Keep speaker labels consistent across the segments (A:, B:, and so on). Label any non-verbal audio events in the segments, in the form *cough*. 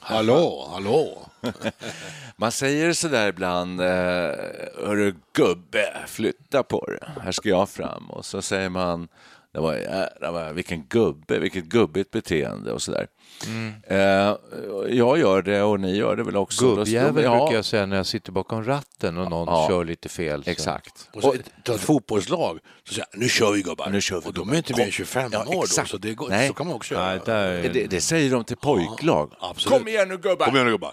A: Hallå, hallå.
B: Man säger sådär ibland, eh, hörru gubbe, flytta på det. Här ska jag fram. Och så säger man, det var jävlar vad- vilken gubbe, vilket gubbigt beteende och sådär.
A: Mm.
B: Eh, jag gör det och ni gör det väl också. Då-
C: Gubbjävel
B: ja,
C: brukar jag säga när jag sitter bakom ratten och någon
B: Ja.
C: kör lite fel. så-
B: Exakt.
A: Och så, till ett fotbollslag så säger jag, nu kör vi gubbar.
B: Nu kör vi,
A: och de
B: gubbar.
A: är inte mer än
B: Kom.
A: 25
B: Ja,
A: år då,
B: exakt.
A: så, det går,
B: Nej.
A: så kan man också göra.
C: Nej, där,
B: Det, det säger de till pojklag.
A: absolut.
B: Kom igen nu gubbar!
A: Kom igen nu gubbar.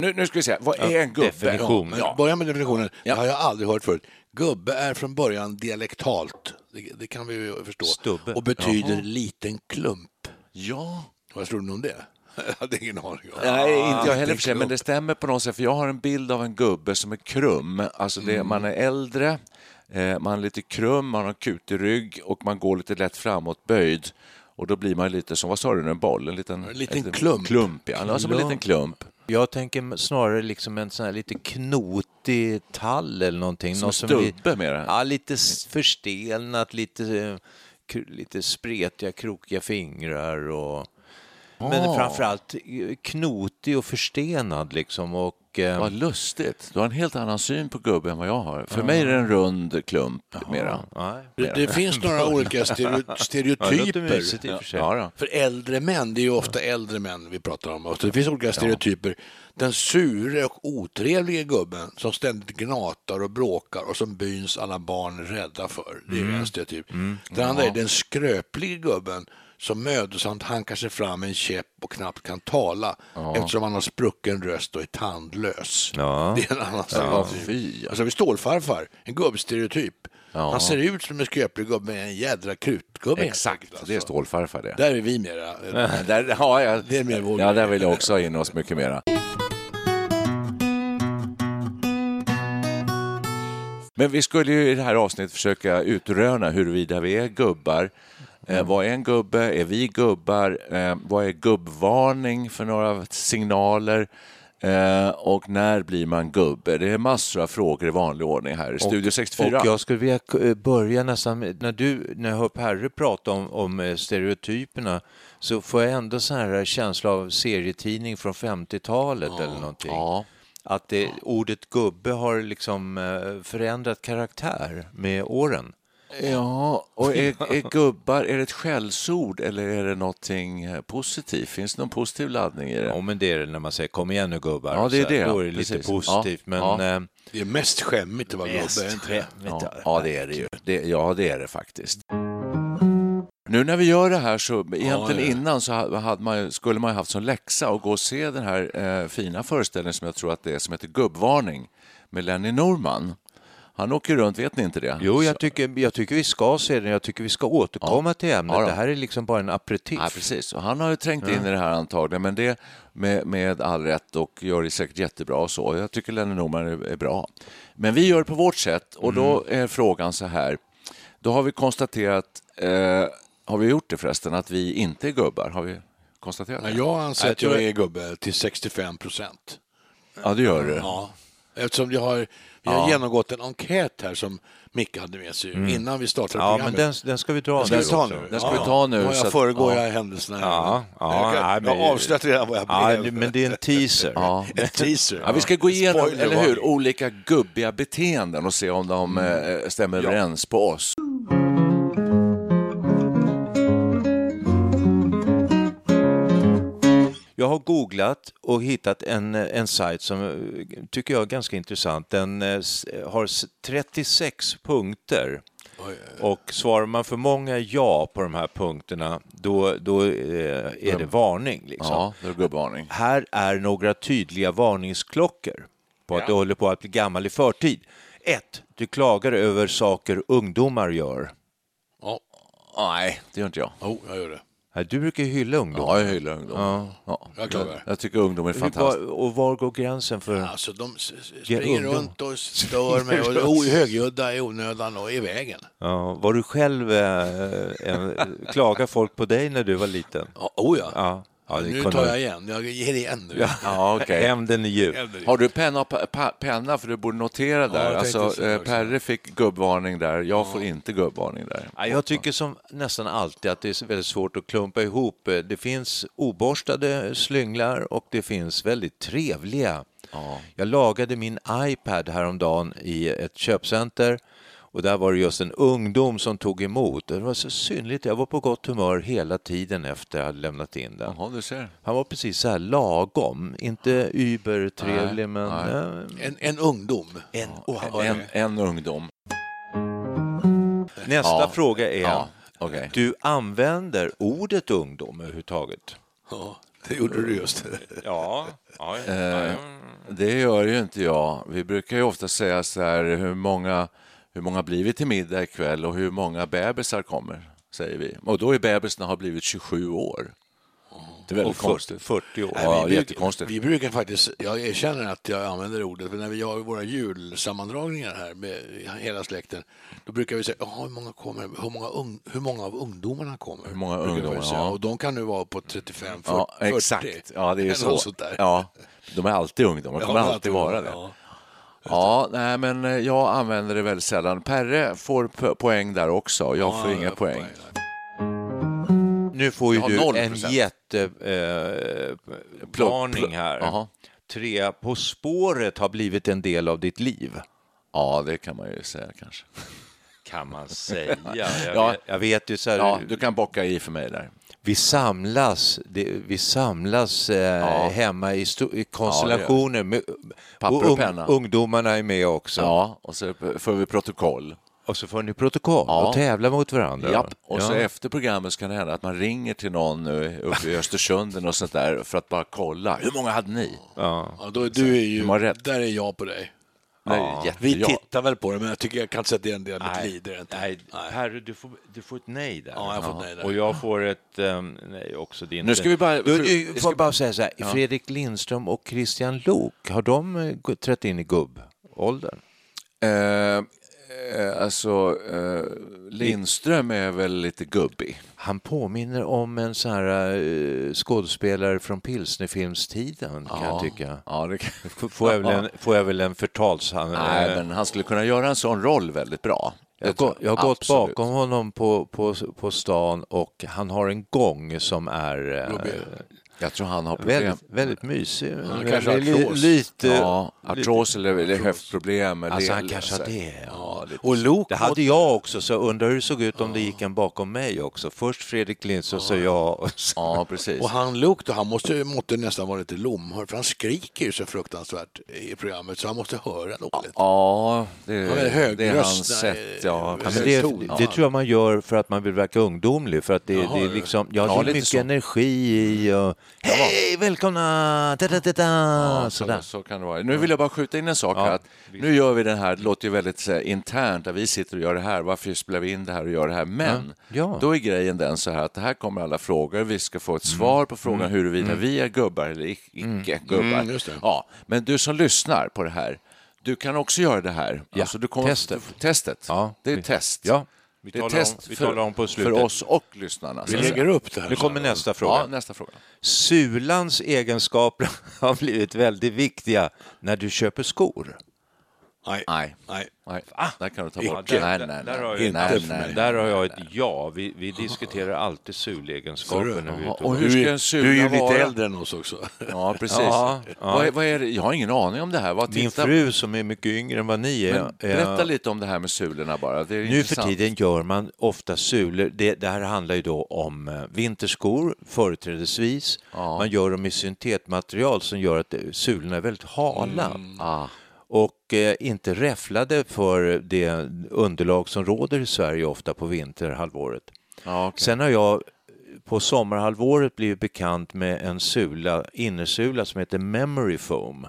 B: Nu, nu ska vi se, vad är en gubbe?
C: definition.
A: Men
B: Ja.
A: Börja med definitionen,
B: Ja.
A: det har jag aldrig hört förut. Gubbe är från början dialektalt, det, det kan vi ju förstå,
C: Stubbe.
A: och betyder liten klump.
B: ja.
A: Vad tror du om det? *laughs* Jag hade ingen aning. om.
B: Nej, inte jag heller
A: liten
B: för sig, men
A: klump.
B: det stämmer på något sätt. För jag har en bild av en gubbe som är krum. Alltså det, man är äldre, eh, man är lite krum, man har kutig rygg och man går lite lätt framåt böjd. Och då blir man lite som, vad sa du nu, en boll? En liten,
A: En liten klump.
B: klump ja. Ja, Som en liten klump.
C: Jag tänker snarare liksom en sån här lite knotig tall eller någonting.
B: Som
C: Någon
B: stubbe mer än-
C: Ja, lite s- förstelnat, lite, eh, kr- lite spretiga, krokiga fingrar och...
B: Ah.
C: Men framförallt eh, knotig och förstenad liksom och... eh,
B: Vad lustigt. Du har en helt annan syn på gubbe än vad jag har. För mig är det en rund klump mera.
C: nej.
A: Det, det finns några olika stereo-
C: Ja, det låter
A: stereotyper.
C: mysigt i och för sig.
B: Ja, då.
A: För äldre män, det är ju ofta äldre män vi pratar om. Och det finns olika stereotyper. Den sure och otrevliga gubben som ständigt gnatar och bråkar och som byns alla barn är rädda för. Det är
B: Mm.
A: ju en stereotyp. Den andra är den skröpliga gubben som mödosamt hankar sig fram med en käpp och knappt kan tala eftersom han har sprucken röst och är tandlös.
C: Ja.
A: Det är en annan
B: fy,
A: stereotyp.
B: ja.
A: Och så har vi stålfarfar, en gubbstereotyp. Han ser ut som en skröplig gubbe med en jädra krutgubbe. helt enkelt,
B: Exakt, det är
A: alltså.
B: stålfarfar det.
A: Där är vi mera.
B: Där, ja, jag,
A: Det är mer vår
B: ja, där vill jag också ha in oss mycket mera. Men vi skulle ju i det här avsnittet försöka utröna huruvida vi är gubbar. Eh, vad är en gubbe? Är vi gubbar? Eh, vad är gubbvarning för några signaler? Eh, och när blir man gubbe? Det är massor av frågor i vanlig ordning här i Studio 64.
C: Och jag skulle vilja eh, börja nästan, med- när, du, när jag hör Perre prata om, om eh, stereotyperna så får jag ändå så här känsla av serietidning från 50-talet eller någonting.
B: Ja.
C: Att det, ordet gubbe har liksom eh, förändrat karaktär med åren.
B: Ja, och är, är gubbar, är det ett skällsord eller är det någonting eh, positivt? Finns det någon positiv laddning i
C: Ja,
B: det?
C: men det är det när man säger kom igen nu gubbar.
B: Ja, det är
C: Så här,
B: det,
C: Då
B: ja.
C: är det lite
B: Precis.
C: positivt.
B: Ja,
C: Men,
B: ja.
C: eh,
A: Det är mest skämmigt att vara gubbe. inte det?
B: Ja, ja, det är det ju. Det, ja, det är det faktiskt. Nu när vi gör det här så, egentligen
A: ja.
B: innan så ha- hade man, ju- skulle man ju haft som läxa att gå och se den här eh, fina föreställningen som jag tror att det är som heter Gubbvarning med Lenny Norman. Han åker runt, vet ni inte det?
C: Jo, jag tycker, jag tycker vi ska se den. Jag tycker vi ska återkomma till ämnet.
B: Ja, då.
C: det här är liksom bara en aperitif.
B: Ja, precis. Och han har ju trängt in i det här antagligen, men det med, med all rätt och gör det säkert jättebra och så. Jag tycker Lennie Norman är, är bra. Men vi gör det på vårt sätt och då är frågan så här. Då har vi konstaterat, eh, har vi gjort det förresten, att vi inte är gubbar? Har vi konstaterat
A: Ja,
B: det?
A: Jag anser att
B: tror
A: jag är gubbe till 65 procent.
B: Ja, det gör du.
A: Ja. Eftersom vi har, vi har genomgått en enkät här som Micke hade med sig innan vi startade
C: Ja, men
A: programmet.
C: den, den ska vi dra
A: Den ska vi ta
C: också.
A: nu.
B: Den ska vi ta nu,
A: Ja,
B: så
A: jag
B: att-
A: föregår
B: ja.
A: jag händelserna.
C: Ja, ja,
A: jag
C: nej,
A: kan- jag
C: men-
A: har avslöjat redan vad jag
C: Ja,
A: blev.
C: men det är en teaser.
B: Ja.
A: *laughs* En teaser.
B: Ja, vi ska gå igenom,
A: Spoiler
B: eller hur,
A: varning.
B: olika gubbiga beteenden och se om de eh, stämmer överens på oss.
C: Jag har googlat och hittat en, en sajt som eh, tycker jag är ganska intressant. Den eh, s- har s- 36 punkter. Och svarar man för många ja på de här punkterna, då, då eh, är det
A: Mm.
C: varning. Liksom.
B: Ja, det är gubbvarning.
C: Här är några tydliga varningsklockor på att du håller på att bli gammal i förtid. 1. Du klagar över saker ungdomar gör.
A: Ja,
B: Nej, det gör inte jag.
A: jo, jag gör det.
C: Ja, Du brukar ju hylla ungdomar.
B: Ja, jag hyllar ungdom. Ja.
A: Jag klagar.
B: Jag tycker ungdom är
C: Hur-
B: fantastiskt.
C: var- och var går gränsen för...
A: Alltså, de s- s-
C: Ge
A: springer
C: ungdom.
A: runt och stör mig och är o- högljudda i onödan och i vägen.
C: Ja, var du själv eh, en, klaga folk på dig när du var liten?
A: Ja, oh ja.
C: Ja, ja det
A: nu
C: kunde-
A: tar jag igen. Jag ger igen nu.
B: Ja, okej.
C: Hämnden är djup.
B: Har du penna, och pa- pa- penna för du borde notera där?
A: jag tänkte
B: alltså,
A: så
B: eh,
A: också.
B: Perre fick gubbvarning där, jag får inte gubbvarning där.
C: Ja, jag tycker som nästan alltid att det är väldigt svårt att klumpa ihop. Eh, Det finns oborstade slynglar och det finns väldigt trevliga. Jag lagade min iPad häromdagen i ett köpcenter och där var det just en ungdom som tog emot. Det var så synligt. Jag var på gott humör hela tiden efter jag hade lämnat in den.
B: Jaha, du ser.
C: Han var precis så här lagom, inte übertrevlig men... eh,
A: En, en ungdom.
C: En, och han var
B: En, en ungdom.
C: Nästa
B: Ja.
C: fråga är,
B: Ja, okej.
C: du använder ordet ungdom överhuvudtaget?
A: Ja, det gjorde du just.
C: Ja. ja,
B: Eh, det gör ju inte jag. Vi brukar ju ofta säga så här, hur många, hur många blir vi till middag ikväll och hur många bebisar kommer, säger vi. Och då är bebisarna har blivit 27 år. Det är väldigt
C: Och fyr-
B: konstigt.
C: 40 år.
A: *laughs*
B: Ja,
A: vi, brukar,
B: jättekonstigt.
A: vi brukar faktiskt, jag erkänner att jag använder ordet, men när vi gör våra julsammandragningar här med hela släkten, då brukar vi säga, "Jaha, hur många, kommer, hur, många ung, hur många av ungdomarna kommer? Hur
B: många ungdomar, ja.
A: Och de kan nu vara på 35, 40.
B: Ja, exakt. Ja, det är ju
A: Eller
B: så.
A: något sånt där.
B: Ja, de är alltid ungdomar, de kommer alltid vara det.
A: Ja.
B: Ja, nej, men eh, jag använder det väldigt sällan. Perre får po- poäng där också. Jag får inga poäng.
C: Nu får ju
B: Ja,
C: du en
B: 0%.
C: jättevarning
B: pl-
C: här.
B: Jaha.
C: Tre, På spåret har blivit en del av ditt liv.
B: Ja, det kan man ju säga kanske.
C: Kan
B: *laughs*
C: man säga. Jag,
B: Ja.
C: vet, jag vet ju så här,
B: Ja, du kan bocka i för mig där.
C: vi samlas, det, vi samlas eh, hemma i, sto- i konstellationer. med-
B: Papper och penna.
C: ungdomarna är med också.
B: Ja, och så får vi protokoll.
C: Och så får ni protokoll
B: Ja.
C: och tävlar mot varandra.
B: Japp. Och så
C: Ja.
B: efter programmet så kan det hända att man ringer till någon nu uppe i Östersund och sånt där för att bara kolla. Hur många hade ni?
A: Ja, då, är- du är ju,
B: De har rätt.
A: där är jag på dig.
B: Ja.
A: Vi tittar väl på det, men jag tycker jag kan säga att det är en del av mitt liv. Det är det inte.
C: Nej, Perre, du får, du får ett nej där.
A: Ja, jag får ett nej där.
C: Och jag får ett ehm, nej också. Din.
B: Nu ska vi bara-
C: Du,
B: för-
C: du,
B: vi
C: får
B: ska-
C: jag bara säga så här, Fredrik Lindström och Christian Lok, har de eh, gå- trätt in i gubbåldern?
B: Eh, eh, alltså, eh, Lindström är väl lite gubbig.
C: Han påminner om en sån här eh, skådespelare från pilsnerfilmstiden kan jag tycka.
B: Ja, det kan...
C: F- Får jag väl en, får jag väl en förtals... Han, eh,
B: Nej, men han skulle kunna göra en sån roll väldigt bra.
C: Jag, har
B: tror
C: gå- jag har gått
B: Absolut.
C: bakom honom på, på, på stan och han har en gång som är eh,
B: Jag tror han har problem.
C: väldigt, väldigt mysig. Han
A: kanske har artros.
C: lite,
B: Ja, artros eller, eller höftproblem. Eller
C: Alltså han
B: eller
C: kanske
B: så
C: har
B: här.
C: det.
B: Ja, lite
C: Och
B: så.
C: Luke, det hade jag också, så jag undrar hur det såg ut om det gick en bakom mig också. Först Fredrik Lindström, så jag. och så-
B: Ja, precis.
A: Och han Luke då, han måste, måste nästan vara lite lomhörd, för han skriker ju så fruktansvärt i programmet, så han måste höra dåligt.
B: Ja, det,
A: Han är högröst,
B: det är hans
A: nej,
B: sätt. Ja,
C: Ja,
B: precis.
C: men det,
A: ton.
C: det tror jag man gör för att man vill verka ungdomlig. För att det, det är liksom, ja,
B: Ja,
C: det är
B: lite
C: mycket
B: så.
C: energi i och, hej, välkomna, da, da, da, da,
B: Ja,
C: sådär.
B: så, så kan det vara. Nu vill jag bara skjuta in en sak. här, att nu gör vi den här, det låter ju väldigt så här, internt, där vi sitter och gör det här, varför spelar vi in det här och gör det här? Men
C: Ja. Mm.
B: då är grejen den så här att det här kommer alla frågor, vi ska få ett svar på frågan huruvida vi är gubbar eller ic- icke gubbar.
A: Mm, just det.
B: Ja, men du som lyssnar på det här, du kan också göra det här.
C: Ja,
B: Alltså, du kommer,
C: testet.
B: testet.
C: Ja.
B: Det är ett test.
C: Ja. Vi
B: Det är
C: talar,
B: test
C: om, vi
B: för,
C: talar om på
B: för
C: slutet.
B: oss och lyssnarna.
A: Vi lägger upp det här.
C: Nu kommer nästa fråga.
B: Ja, nästa fråga.
C: Sulans egenskaper *laughs* har blivit väldigt viktiga när du köper skor.
A: Nej.
B: Nej.
A: Nej.
B: Nej, där kan du ta bort.
A: Icke.
B: Nej, nej, nej.
C: Där har
B: nej,
C: jag,
B: nej,
A: för
B: nej.
A: mig.
C: där har jag ett ja. Vi, vi diskuterar alltid sulegenskaper när vi är ute
B: Och
C: och
B: hur
A: Du,
B: ska
A: är-
B: en sula
A: du är ju lite
B: vara?
A: äldre än oss också. *laughs*
B: Ja, precis.
C: Ja, ja.
B: Vad, är- vad är det? Jag har ingen aning om det här. Vad
C: Min
B: tittar-
C: fru som är mycket yngre än vad ni är.
B: Men
C: är-
B: berätta lite om det här med sulorna bara. Det är
C: Nu för
B: intressant.
C: tiden gör man ofta sulor. Det, det här handlar ju då om eh, vinterskor företrädesvis. Man gör dem i syntetmaterial som gör att eh, sulorna är väldigt hala.
B: Mm. Ah.
C: Och eh, inte räfflade för det underlag som råder i Sverige ofta på vinterhalvåret.
B: Ja, okej.
C: Sen har jag på sommarhalvåret blivit bekant med en sula, innersula som heter Memory Foam.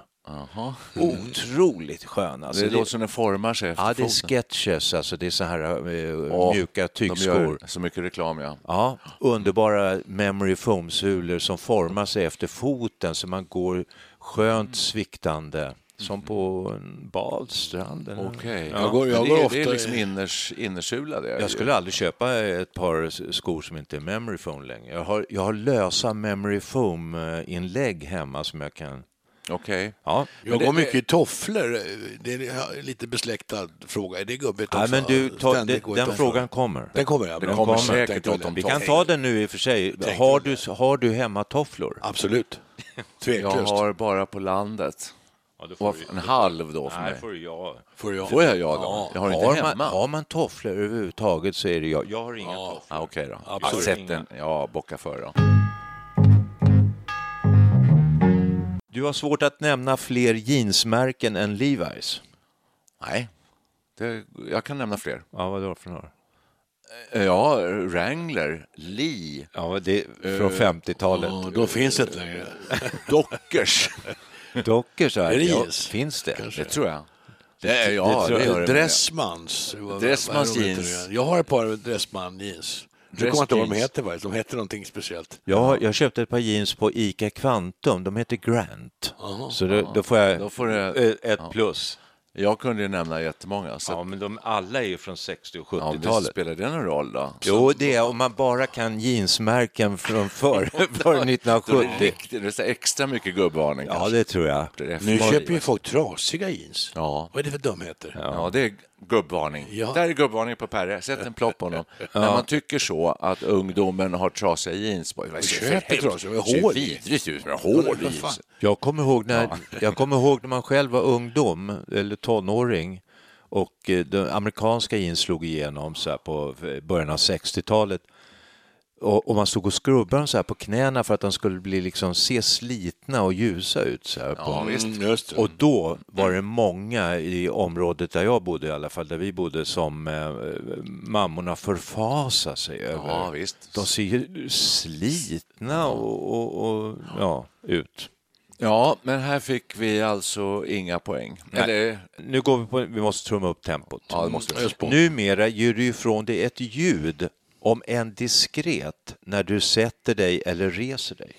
C: Otroligt skön. Alltså.
B: Mm. det
C: Det-
B: låter som den formar sig efter
C: Ja, det är
B: foten.
C: sketches, alltså det är så här eh,
B: Ja,
C: mjuka
B: De
C: tygskor.
B: gör så mycket reklam, ja.
C: Ja, underbara memory foam-sulor som formar sig efter foten så man går
B: Mm.
C: skönt sviktande. Som på en badstrand. eller-
B: Okej.
A: Jag går- jag
B: Men
A: går
B: det, är-
A: ofta
B: det
A: i-
B: är liksom inners, innersula det. är ju.
C: Jag skulle aldrig köpa ett par skor som inte är memory foam längre. Jag har, jag har lösa memory foam-inlägg hemma som jag kan...
B: Okej.
C: Ja.
A: Jag går mycket i tofflor. Det är en lite besläktad fråga. Är det gubbigt
C: Nej,
A: också?
C: men du, ta,
A: Ständigt
C: den,
A: gå i
C: den
A: tofflor.
C: frågan kommer.
A: Den kommer, ja.
B: Den
A: Bra.
B: kommer
A: Jag
B: säkert
A: tänkte
B: åt dem
C: Vi
A: det.
C: kan ta den nu i och för sig.
A: Tänk
C: Har
A: om
C: du, har du hemma tofflor?
A: Absolut.
B: *laughs* Jag
A: Tveklöst.
B: har bara på landet.
C: Ja,
B: Och en halv då för mig.
C: du ja.
A: Får jag?
B: Får jag ja då? Jag har inte
C: Har
B: hemma.
C: man, har man tofflor överhuvudtaget så är det jag. Jag har inga tofflor. Alltså,
B: Ja, Okej då.
C: Absolut.
B: Sätt den. Ja, bocka för då.
C: Du har svårt att nämna fler jeansmärken än Levi's.
B: Nej, det, jag kan nämna fler.
C: Ja, vad då för några?
B: Ja, Wrangler, Lee,
C: Ja, det Eh, är från 50-talet.
A: Ja, då finns det
B: *laughs*
A: inte längre.
B: Dockers.
C: Dockor så här.
A: Är det
C: ja,
A: jeans?
C: finns det?
B: det tror jag. Det är, ja,
C: det tror jag.
B: gör det.
A: Dressmans. Vad-
B: Dressmans
A: vad roligt
B: jeans.
A: det är. Jag har ett par Dressman jeans. Du
B: Dress
A: kommer inte ihåg vad de
B: jeans.
A: heter, va? De hette någonting speciellt.
C: Ja, jag köpte ett par jeans på ICA Kvantum. De heter Grant. så då, då får jag
B: Då får du-
C: eh, ett plus.
B: Jag kunde ju nämna jättemånga. Så
C: Ja, men de alla är ju från 60 och
B: ja, visst
C: 70-talet.
B: spelar det någon roll då?
C: *laughs* Jo, det är om man bara kan jeansmärken från *laughs* förr, före
B: Då är det
C: 1970.
B: riktigt- det är så extra mycket gubbvarning.
C: Ja,
B: kanske.
C: det tror jag.
B: Det är
A: Nu
B: för-
A: köper ju folk trasiga jeans.
B: Ja.
A: Vad är det för dumheter?
B: Ja, det är gubbvarning.
A: Ja.
B: Där är gubbvarning på Perre. Sätt en plopp på honom. När man tycker så att ungdomen har trasiga jeans på sig.
A: köper trasiga, med
B: ser
A: hål i.
B: vidrigt ut med hål i.
A: fan.
C: Jag kommer, ihåg när,
B: *laughs*
C: jag kommer ihåg när man själv var ungdom eller tonåring och eh, den amerikanska jeans slog igenom så här på eh, början av 60-talet. Och, och man stod och skrubbade dem så här på knäna för att de skulle bli liksom, se slitna och ljusa ut. Så här på.
A: Mm, just det.
C: Och då var det många i området där jag bodde i alla fall, där vi bodde, som eh, mammorna förfasade sig över.
B: Ja, visst.
C: De ser ju slitna och, och, och ja, ut.
B: Ja, men här fick vi alltså inga poäng. Eller,
C: Nu går vi på, vi måste trumma upp tempot.
B: ja, det måste jag.
C: Numera ger du ifrån dig ett ljud, om än diskret, när du sätter dig eller reser dig.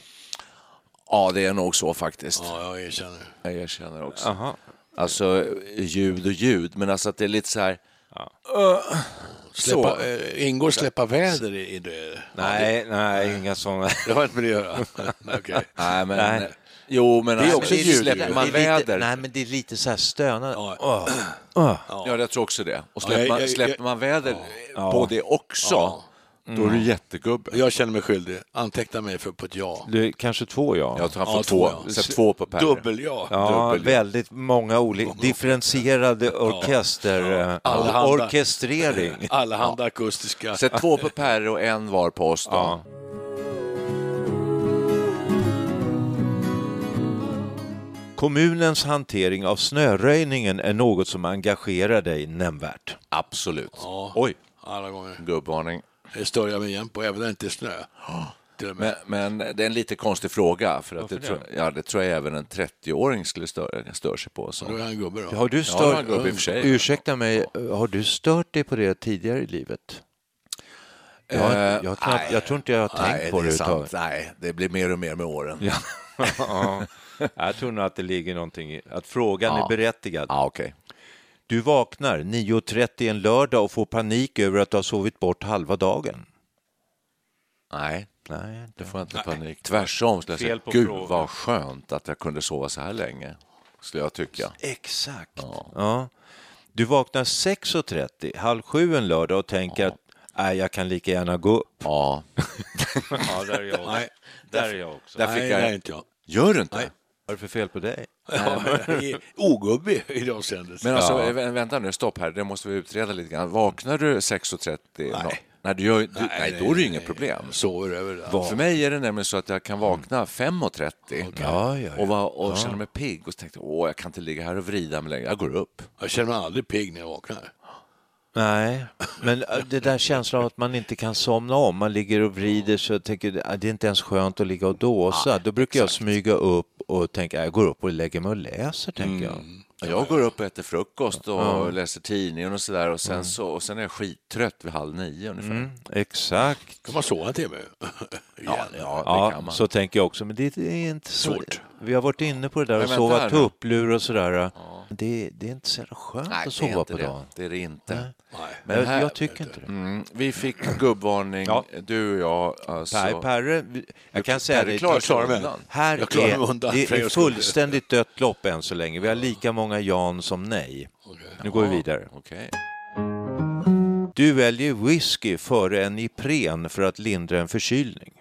B: ja, det är nog så faktiskt.
A: Ja, jag erkänner.
B: Jag erkänner också. Alltså ljud och ljud, men alltså att det är lite så här...
A: Släppa, eh, ingår släppa väder i, i det?
C: Nej, nej,
B: *laughs*
C: inga sådana.
A: Det har inte med det att göra. Okej.
B: Nej, men...
C: Nej.
B: Jo, men... alltså,
A: Det är också
B: men
A: ljud.
B: Släpper man
C: det är lite-
B: väder...
C: Nej, men det är lite så här stönande.
A: Ja.
C: Åh.
B: Ja, jag tror också det. Och
A: Ja,
B: släpper
A: jag-
B: man,
A: jag-
B: släpper man väder på det också, då
A: Mm.
B: är du jättegubbe.
A: Jag känner mig skyldig. Anteckna mig för på ett ja.
C: Det är kanske två ja.
B: Jag tar
A: Ja,
B: fram
A: två,
B: två,
A: ja.
B: sätt två på Per.
A: Dubbel ja.
C: Ja,
B: Dubbel,
C: väldigt många olika differentierade orkester, eh,
A: Allehanda.
C: orkestrering.
A: Allehanda akustiska.
B: Sätt två på Per och en var på oss då.
C: Kommunens hantering av snöröjningen är något som engagerar dig nämnvärt.
B: Absolut.
A: Ja.
B: Oj,
A: Alla gånger.
B: gubbvarning.
A: Det stör jag mig igen på, även när det inte är snö. Till och med.
B: Men, men det är en lite konstig fråga, för att det, tror, ja, det tror jag även en 30-åring skulle störa stör sig på. Så.
A: Då är han gubbe då.
C: Har du
B: Ja, det var
C: stört,
B: en gubbe i och för sig.
C: ursäkta mig, har du stört dig på det tidigare i livet? Jag, har inte- jag, har knappt, jag tror inte jag har tänkt
B: Eh, Nej,
C: på
B: det
C: det
B: är sant.
C: överhuvudtaget. *laughs*
B: Nej, det blir mer och mer med åren. Ja,
C: Ja. Jag tror nog att det ligger någonting i att frågan är berättigad.
B: ah, okej.
C: Du vaknar 9.30 en lördag och får panik över att du har sovit bort halva dagen.
B: Nej,
C: Nej,
B: det får jag inte panik. Tvärsom skulle jag säga,
D: Fel på
B: gud
D: frågan.
B: vad skönt att jag kunde sova så här länge, skulle jag tycka.
C: Exakt. Ja. Du vaknar 6.30, halv sju en lördag och tänker att nej, jag kan lika gärna gå upp.
B: Ja,
D: *laughs* Ja, där är jag också.
A: Nej.
D: Där är jag också.
B: där fick
A: Nej,
B: jag...
A: det är inte jag.
B: Gör du inte?
A: Nej.
C: Vad är det för fel på dig?
A: Ogubbig i det avseendet.
B: Men alltså, vä- vänta nu, stopp här, det måste vi utreda lite grann. Vaknar du 6.30? No- Nej, du gör, du, nej, då är det inget problem.
A: Sover över det.
B: För mig är det nämligen så att jag kan vakna 5.30
C: Ja, ja, ja.
B: och, vara- och känna mig pigg och så tänkte jag, åh, jag kan inte ligga här och vrida mig längre, jag går upp.
A: Jag känner mig aldrig pigg när jag vaknar.
C: Nej, men äh, det där känslan av att man inte kan somna om, man ligger och vrider sig och tänker "Ah, det är inte ens skönt att ligga och dåsa. Då brukar jag smyga upp och tänka "Ah, jag går upp och lägger mig och läser, tänker jag.
A: Mm.
B: Jag går upp och äter frukost och läser tidningen och sådär och,
C: Mm.
B: sen så, och sen är jag skittrött vid halv nio ungefär.
C: Exakt.
A: Kan man sova en timme?
B: *laughs* Ja, ja, det
C: Mm. Ja,
B: kan man.
C: så tänker jag också, men det är inte så...
A: Svårt.
C: Vi har varit inne på det där
B: Men
C: att
B: vänta
C: sova
B: här nu.
C: tupplur och sådär. Det, det är inte så jävla skönt
B: Nej,
C: att
B: det är
C: sova
B: inte
C: på
B: det.
C: dagen.
B: Det är det inte.
A: Nej.
C: Men jag,
B: här-
C: jag tycker inte det.
B: Mm, vi fick gubbvarning,
C: Ja.
B: du och jag. Alltså.
C: Per, Perre, vi- jag kan säga
B: Perre
C: det,
B: klarar sig
C: det-
B: undan.
C: här
A: Jag klarar mig
C: är,
A: undan
C: det
A: för
C: är
A: er skull.
C: fullständigt dött lopp än så länge. Vi har lika många Jan som nej. Nu går vi vidare.
B: Okej.
C: Du väljer whisky före en Ipren för att lindra en förkylning.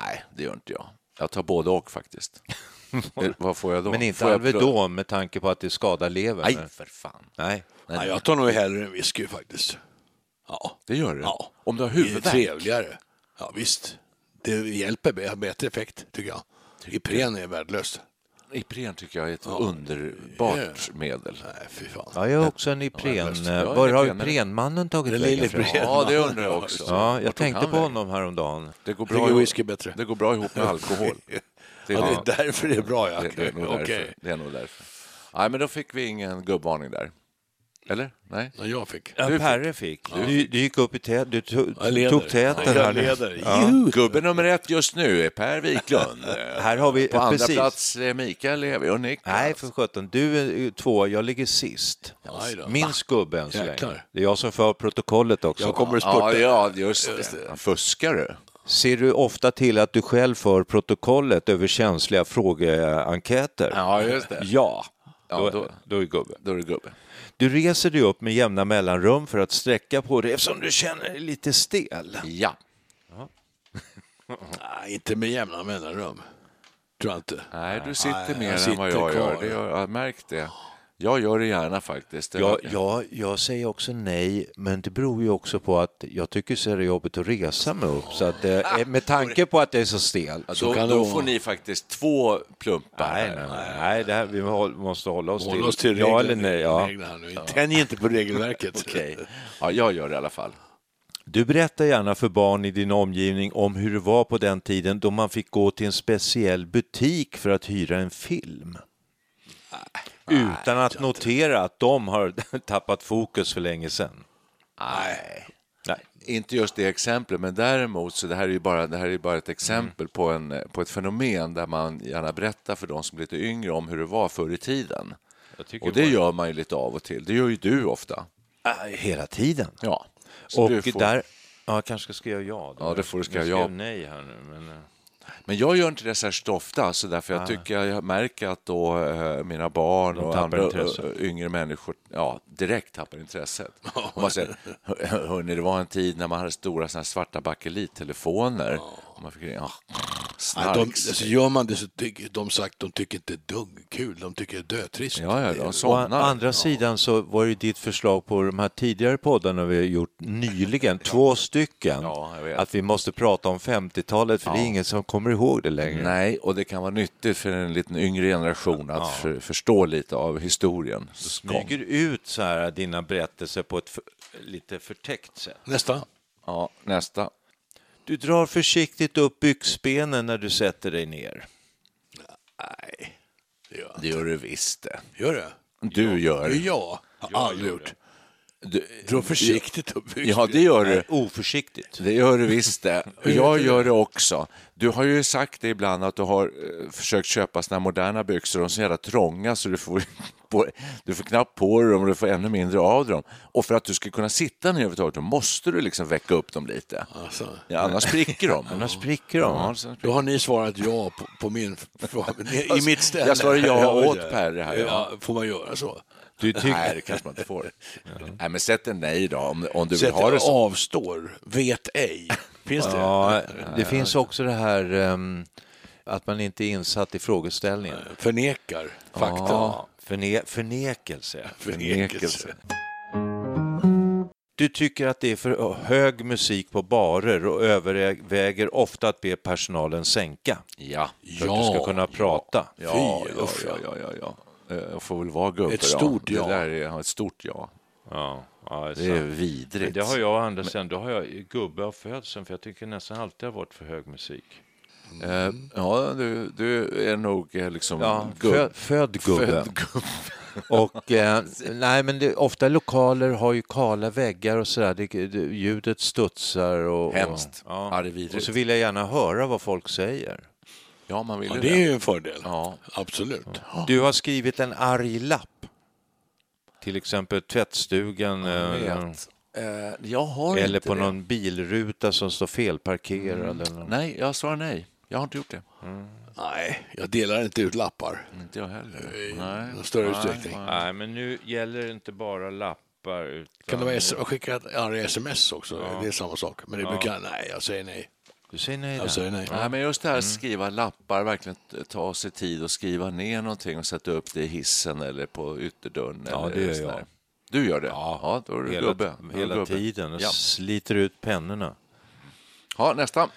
B: Nej, det gör inte jag. Jag tar både och
C: *laughs*
B: faktiskt. Eh, Vad får jag då?
C: Men inte
B: Får jag plö-
C: Alvedon med tanke på att det skadar levern.
B: Nej, för fan.
C: Nej.
A: Nej, jag tar nog hellre en whisky faktiskt. Ja,
B: Det gör du?
A: Ja.
B: Om du har
A: det är
B: huvudvärk?
A: trevligare. Ja, visst. Det hjälper, det har bättre effekt tycker jag. Ipren är värdelöst.
B: Ipren tycker jag är ett underbart medel.
A: Nej, fy fan.
C: Ja, jag är också en Ipren. eh,
B: Jag är
C: Var har
B: Iprenare.
C: Iprenmannen tagit
A: Den
C: vägen
A: lille
C: ifrån?
A: Ipren.
B: Ja, det undrar jag också.
C: Ja, jag
B: Vart tog
C: tänkte
B: han
C: på
B: vägen?
C: honom häromdagen.
B: Det går
A: Jag tycker
B: bra,
A: whisky är bättre.
B: det går bra ihop med *laughs* alkohol. Det är,
A: *laughs* Ja, det är därför det är bra. Ja.
B: det, det är nog
A: Okej.
B: därför. Det är nog därför. Nej, men då fick vi ingen gubbvarning där. Eller? Nej?
A: Ja, jag fick.
C: Ja,
B: Du fick-
C: Perre fick. Du, du gick upp i täten. Du tog,
A: Jag leder.
C: tog täten.
A: Jag
C: här nu.
A: leder.
B: Gubbe nummer ett just nu är Per Wiklund.
C: *laughs* Här har vi...
B: På andra
C: precis.
B: plats är Mikael Levi och Niklas.
C: Nej, för sjutton. Du är ju två, jag ligger sist.
A: Aj då.
C: Min skubbe än så länge.
A: Jäklar.
C: Det är jag som för protokollet också.
A: Jag kommer att
B: Ja,
A: spurta.
B: ja, just det. Fuskar du?
C: Ser du ofta till att du själv för protokollet över känsliga frågeenkäter?
B: Ja, just det.
C: Ja.
B: Ja,
C: då,
B: då-
C: då är gubben.
B: Då är det gubbe.
C: Du reser dig upp med jämna mellanrum för att sträcka på dig eftersom du känner dig lite stel.
B: Ja.
A: Nej, inte med jämna mellanrum. Tror jag inte.
B: Nej, du sitter mer
A: jag
B: än
A: sitter
B: vad jag
A: kvar.
B: gör. Det gör. Jag har märkt det. Jag gör det gärna faktiskt. Det
C: Ja,
B: verkar-
C: ja, jag säger också nej, men det beror ju också på att jag tycker så är det jobbigt att resa mig upp. Så att, eh, med tanke på att jag är så stel.
B: då,
A: kan det
B: då
A: vara.
B: får ni faktiskt två plumpar.
C: Nej, nej, nej. nej det här, vi håll- måste hålla oss
A: Håll
C: till,
A: oss till reglerna.
C: ja eller nej. Ja.
A: reglerna här nu. Tänj inte på regelverket.
B: Okej. Ja, jag gör det i alla fall.
C: Du berättar gärna för barn i din omgivning om hur det var på den tiden då man fick gå till en speciell butik för att hyra en film.
B: Ah,
C: Utan att notera att de har *laughs* tappat fokus för länge sedan.
B: Nej. Inte just det exemplet, men däremot så det här är ju bara, det här är ju bara ett exempel på, en, på ett fenomen där man gärna berättar för de som är lite yngre om hur det var förr i tiden.
D: Jag tycker
B: Och det
D: bara-
B: gör man ju lite av och till. Det gör ju du ofta.
C: Ah, Hela tiden.
B: Ja. Så
C: Och
B: du får-
C: där... Ja, jag kanske ska skriva ja. Då.
B: Ja, det får du skriva
C: Jag skrev
B: ja.
C: nej här nu. Men... eh,
B: Men jag gör inte det särskilt ofta, så därför
A: Ah.
B: jag tycker jag märker att då eh, mina barn och
C: tappar
B: andra
C: intresse.
B: eh, yngre människor ja, direkt tappar
A: *laughs*
B: intresset. Om man säger, "Hör- hörni, det var en tid när man hade stora såna här svarta bakelittelefoner. Och man fick ringa, ah,
A: Nej, de,
B: snarks.
A: alltså gör man det så tycker de sagt de tycker inte ett dugg kul, de tycker det är dötrist.
B: Ja, ja, de
C: Å å
B: somnar.
C: andra sidan så var ju ditt förslag på de här tidigare poddarna vi har gjort
B: *laughs*
C: nyligen, två stycken,
B: Ja, jag vet.
C: att vi måste prata om 50-talet för det är ingen som kommer ihåg det längre.
B: Nej, och det kan vara nyttigt för en liten yngre generation att för, förstå lite av historien. Skång.
C: Smyger ut så här dina berättelser på ett för, lite förtäckt sätt.
A: Nästa.
B: Ja, nästa.
C: Du drar försiktigt upp byxbenen när du sätter dig ner.
A: Nej, det gör jag
B: Det gör du visst det.
A: inte. Gör det?
B: Du gör.
A: Ja, har aldrig gjort.
B: Du, eh,
A: Dra försiktigt upp
B: ja, det gör du.
C: Oförsiktigt.
B: Det gör du visst det. Och Jag gör det också. Du har ju sagt det ibland att du har eh, försökt köpa såna här moderna byxor, de är så jävla trånga så du får knappt *laughs* på, du får knappt på dem och du får ännu mindre av dem. Och för att du ska kunna sitta ner överhuvudtaget då måste du liksom väcka upp dem lite.
A: Alltså.
B: Ja, annars spricker de.
C: Annars spricker de.
B: Ja, så-
A: Då har ni svarat ja på, på min *laughs* fråga. I mitt ställe.
B: Alltså, Jag svarar ja
A: vet
B: åt
A: det.
B: Per här, ja.
A: Ja, får man göra så?
B: Du tycker... Nej, det kanske man inte får. Nej, men sätt en nej då, om, om du vill
A: Sätt
B: ha det så.
A: avstår, vet
B: *laughs*
A: ej. Finns det?
C: Ja, det finns också det här ehm, att man inte är insatt i frågeställningen.
A: Förnekar fakta.
C: Ja, förne- förnekelse.
A: Förnekelse.
C: Du tycker att det är för hög musik på barer och överväger ofta att be personalen sänka
B: Ja.
C: för att du ska kunna prata.
B: Ja,
A: Fy,
B: ja,
A: usch,
B: ja, ja, ja, ja. Eh, Jag får väl vara gubbe
A: Ett stort
B: ja.
A: ja.
B: Det där är ja, ett stort ja.
D: Ja, ja, det är
B: Det är
D: sant. Men
B: vidrigt.
D: det har jag å andra sidan, då har jag gubbe av födseln för jag tycker nästan alltid har varit för hög musik.
B: Eh, Ja, du, du är nog eh, liksom
C: Ja,
D: Mm.
B: gubb.
C: fö- född gubbe.
B: Född gubbe.
C: Och, eh, nej, men det, ofta lokaler har ju kala väggar och sådär. Det, det, ljudet studsar. Och,
B: Hemskt.
C: Och, ja.
B: Ja, det är
C: och
B: vidrigt.
C: så vill jag gärna höra vad folk säger.
B: Ja, man vill
A: Ja,
B: ju
A: det är ju en fördel.
B: Ja.
A: Absolut.
C: Du har skrivit en arg lapp. Till exempel tvättstugan eh,
B: Eh, Jag har
C: eller
B: inte
C: på
B: det.
C: någon bilruta som står felparkerad.
D: Mm.
C: Eller något.
B: Nej, jag svarar nej. Jag har inte gjort det.
A: Nej, jag delar inte ut lappar.
B: Inte jag heller.
A: I
B: Mm. Nej.
A: någon större utsträckning.
D: Nej, men nu gäller det inte bara lappar. Utan
A: Kan det vara s- skicka ett arga sms också? Det är samma sak. Men det brukar nej, jag säger nej.
C: Du säger nej.
A: Jag
C: där.
A: säger nej.
B: Nej, men just det här att skriva lappar, verkligen t- ta sig tid och skriva ner någonting och sätta upp det i hissen eller på ytterdörren.
C: Ja,
B: eller
C: det gör
B: sån
C: jag.
B: där. Du gör det? Ja, då är du
C: Hela,
B: gubbe. Då är du
C: hela
B: gubbe.
C: tiden och
B: Ja.
C: sliter ut pennorna.
B: Ja, nästa.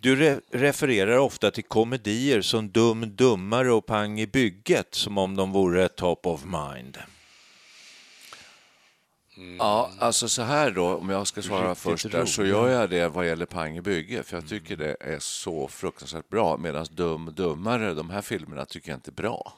C: Du re- refererar ofta till komedier som Dum Dummare och Pang i bygget som om de vore top of mind.
B: Ja, alltså så här då, om jag ska svara
C: Riktigt
B: först där, så
C: roligt. Mm.
B: gör jag det vad gäller Pang i bygge, för jag tycker det är så fruktansvärt bra, medan Dum Dummare, de här filmerna tycker jag inte är bra.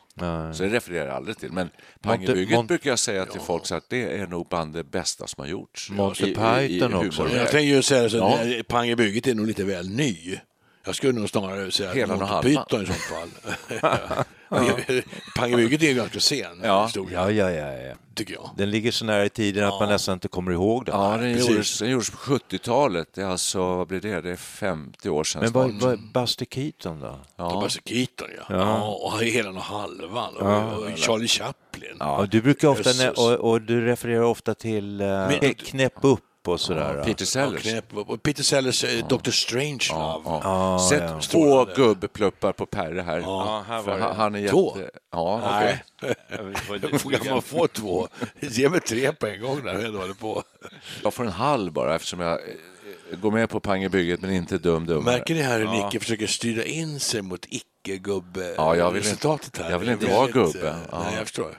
B: Så det refererar jag aldrig till. Men Pang i
C: Monte-
B: bygget
C: Mon-
B: brukar jag säga till folk så att det är nog bland det bästa som har gjorts.
C: Monty
B: I- i- i
C: Python också.
B: humorväg.
A: Jag tänkte ju säga så,
B: Ja.
A: ja. Pang i bygget är nog lite väl ny. Jag skulle nog snarare säga
B: Hela och
A: Monty
B: halva.
A: Python i så
B: *laughs*
A: fall. *laughs* Pang i bygget är ju ganska sen
B: Ja.
A: historia,
C: Ja, ja, ja, ja.
A: tycker jag.
C: Den ligger så nära i tiden att man nästan inte kommer ihåg den.
B: Ja, den
A: precis.
B: gjordes, den gjordes på 70-talet. Det är alltså, vad blir det? Det är 50 år sedan.
C: Men
B: snart.
C: vad, vad är Buster Keaton då?
A: Mm. Ja. Tobias Keaton, ja. ja. Och Helan och Halvan och, och Charlie Chaplin.
C: Ja, du brukar ofta nä-
A: Jesus.
C: och, och du refererar ofta till eh,
A: Men-
C: knäpp upp och sådär. va?
B: Peter
A: Och
B: Sellers.
A: knep, och Peter Sellers eh, Dr. Strange Love.
B: Ja. Sätt två gubbpluppar på Perre här.
D: Ja, här var
B: För
D: det.
B: han, han är jätte...
A: Två?
B: Ja, okej.
A: Nej, *laughs* får man
D: Jag
A: få två? Ge mig tre på en gång där, jag håller på.
B: Jag får en halv bara eftersom jag eh, går med på Pang i bygget men inte dum dum.
A: Märker ni här hur Nicke försöker styra in sig mot icke-gubbe
B: Ja, jag vill inte-
A: resultatet här?
B: jag vill
A: Det är
B: inte vara
A: väldigt,
B: gubbe.
A: eh,
B: Ja.
A: Nej, jag förstår.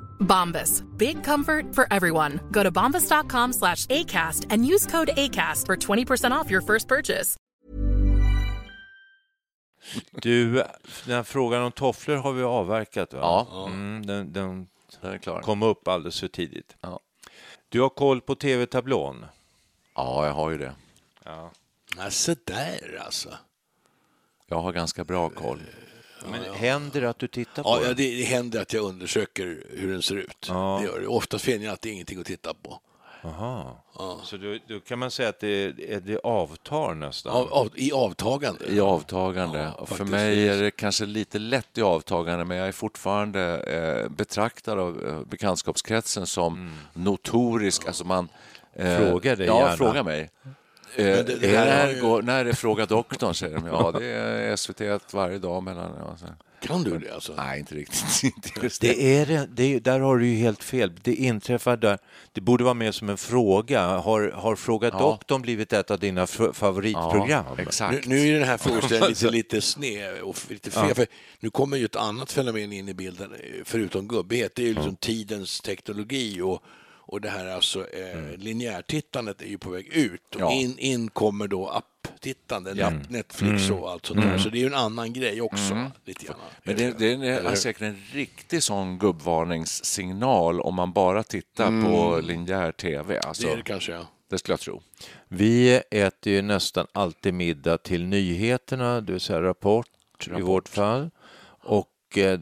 E: Bombas. Big comfort for everyone. Go to bombas.com slash ACAST and use code ACAST for 20% off your first purchase.
C: Du, den här frågan om tofflor har vi avverkat va?
B: Ja.
C: Mm, den den
B: klar.
C: kom upp alldeles för tidigt.
B: Ja.
C: Du har koll på tv-tablån?
B: Ja, jag har ju det.
C: Ja.
A: Nej, så där alltså.
B: Jag har ganska bra koll.
C: Men händer det att du tittar på
A: Ja, ja,
C: den?
A: det, det händer att jag undersöker hur den ser ut. Det gör det. Oftast finner jag att det är ingenting att titta på.
C: Aha. Så då, då kan man säga att det, det det avtar nästan?
A: Av, av, I avtagande.
B: I avtagande. För
A: Ja, faktiskt.
B: mig är det kanske lite lätt i avtagande men jag är fortfarande eh, betraktad av eh, bekantskapskretsen som
A: Mm.
B: notorisk. Alltså man, eh,
C: Fråga dig
B: ja,
C: gärna.
B: fråga mig. Eh,
A: Men det- det här
B: när,
A: har ju-
B: går, när är Fråga doktorn? säger de. Ja, det är SVT varje dag mellan... Ja, så.
A: Kan du det alltså?
B: Nej, inte riktigt. *laughs* Inte just det.
C: Det är det, det är, där har du ju helt fel. Det inträffar där, det borde vara mer som en fråga. Har, har Fråga doktorn blivit ett av dina f- favoritprogram?
B: Ja, exakt.
A: Nu, nu är den
B: *laughs*
A: här frågeställningen lite, lite sned och f- lite fel. För nu kommer ju ett annat fenomen in i bilden, eh, förutom gubbighet. Det är ju liksom tidens teknologi och, och det här alltså, eh, linjärtittandet är ju på väg ut. Och
B: Mm. Ja.
A: in, in kommer då apptittande, net- Netflix och allt sånt där. Så det är ju en annan grej också. Lite grann.
B: Mm. Men det, det är en, säkert en riktig sån gubbvarningssignal om man bara tittar på linjär tv. Alltså,
A: Mm. det är det kanske, ja.
B: det skulle jag tro.
C: Vi äter ju nästan alltid middag till nyheterna, det vill säga rapport, i vårt fall. Och, eh,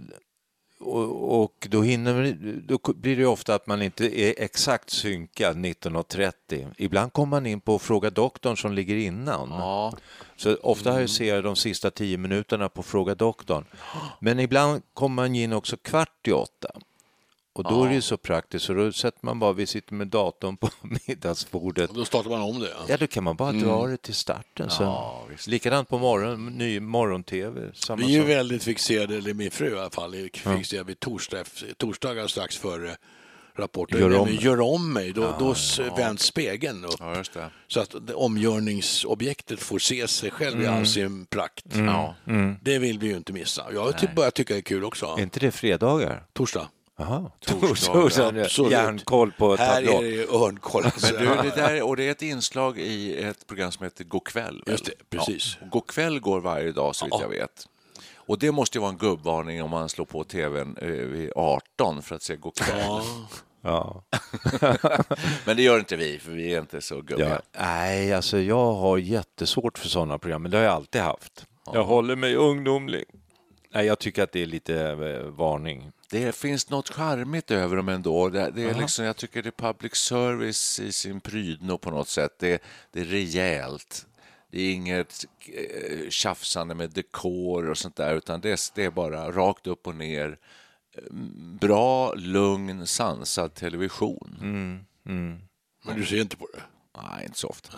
C: och, och då, hinner, vi- då k- blir det ju ofta att man inte är exakt synkad 19.30. Ibland kommer man in på Fråga doktorn som ligger innan.
B: Ja.
C: Så ofta
B: Mm.
C: har jag ser de sista tio minuterna på Fråga doktorn. Men ibland kommer man in också kvart i åtta. Och då är det ju så praktiskt, så då sätter man bara, vi sitter med datorn på *laughs* middagsbordet.
A: Och då startar man om det. Ja.
C: Ja, då kan man bara dra
A: Mm.
C: det till starten. Så. Likadant på morgon, ny morgon-tv. Samma
A: Vi är ju
C: sak.
A: väldigt fixerade, eller min fru i alla fall, är fixerad vid torsdag, torsdagar strax före rapporten.
C: Gör
A: Gör
C: om
A: om,
C: mig.
A: gör om mig, då, då s- vänds spegeln upp.
B: Ja, just det.
A: Så att det- omgörningsobjektet får se sig själv i all sin prakt. Ja. Det vill vi ju inte missa. Jag har typ börjat tycka det är kul också.
C: Är inte det fredagar?
A: Torsdag.
C: Jaha.
A: *laughs* Torsdagar, absolut.
C: Järnkoll på
A: Här är
C: tablån.
A: det ju örnkoll. Alltså.
B: Men du, det där, och det är ett inslag i ett program som heter Gå kväll. väl?
A: Just det, precis.
B: Ja. Gå kväll går varje dag så vitt jag vet. Och det måste ju vara en gubbvarning om man slår på tvn eh, vid 18 för att se Gå kväll.
C: Ja.
B: Men det gör inte vi, för vi är inte så gubbiga.
C: Ja. Nej, alltså jag har jättesvårt för sådana program, men det har jag alltid haft. Jag håller mig ungdomlig. Nej, jag tycker att det är lite eh,
A: *laughs*
C: varning.
B: Det finns något charmigt över dem ändå. Det, det är liksom, jag tycker det är public service i sin prydno på något sätt. Det, det är rejält. Det är inget eh, tjafsande med dekor och sånt där, utan det, är- det är bara rakt upp och ner. Mm, Bra, lugn, sansad television.
A: Men du ser inte på det.
B: Nej, inte så ofta.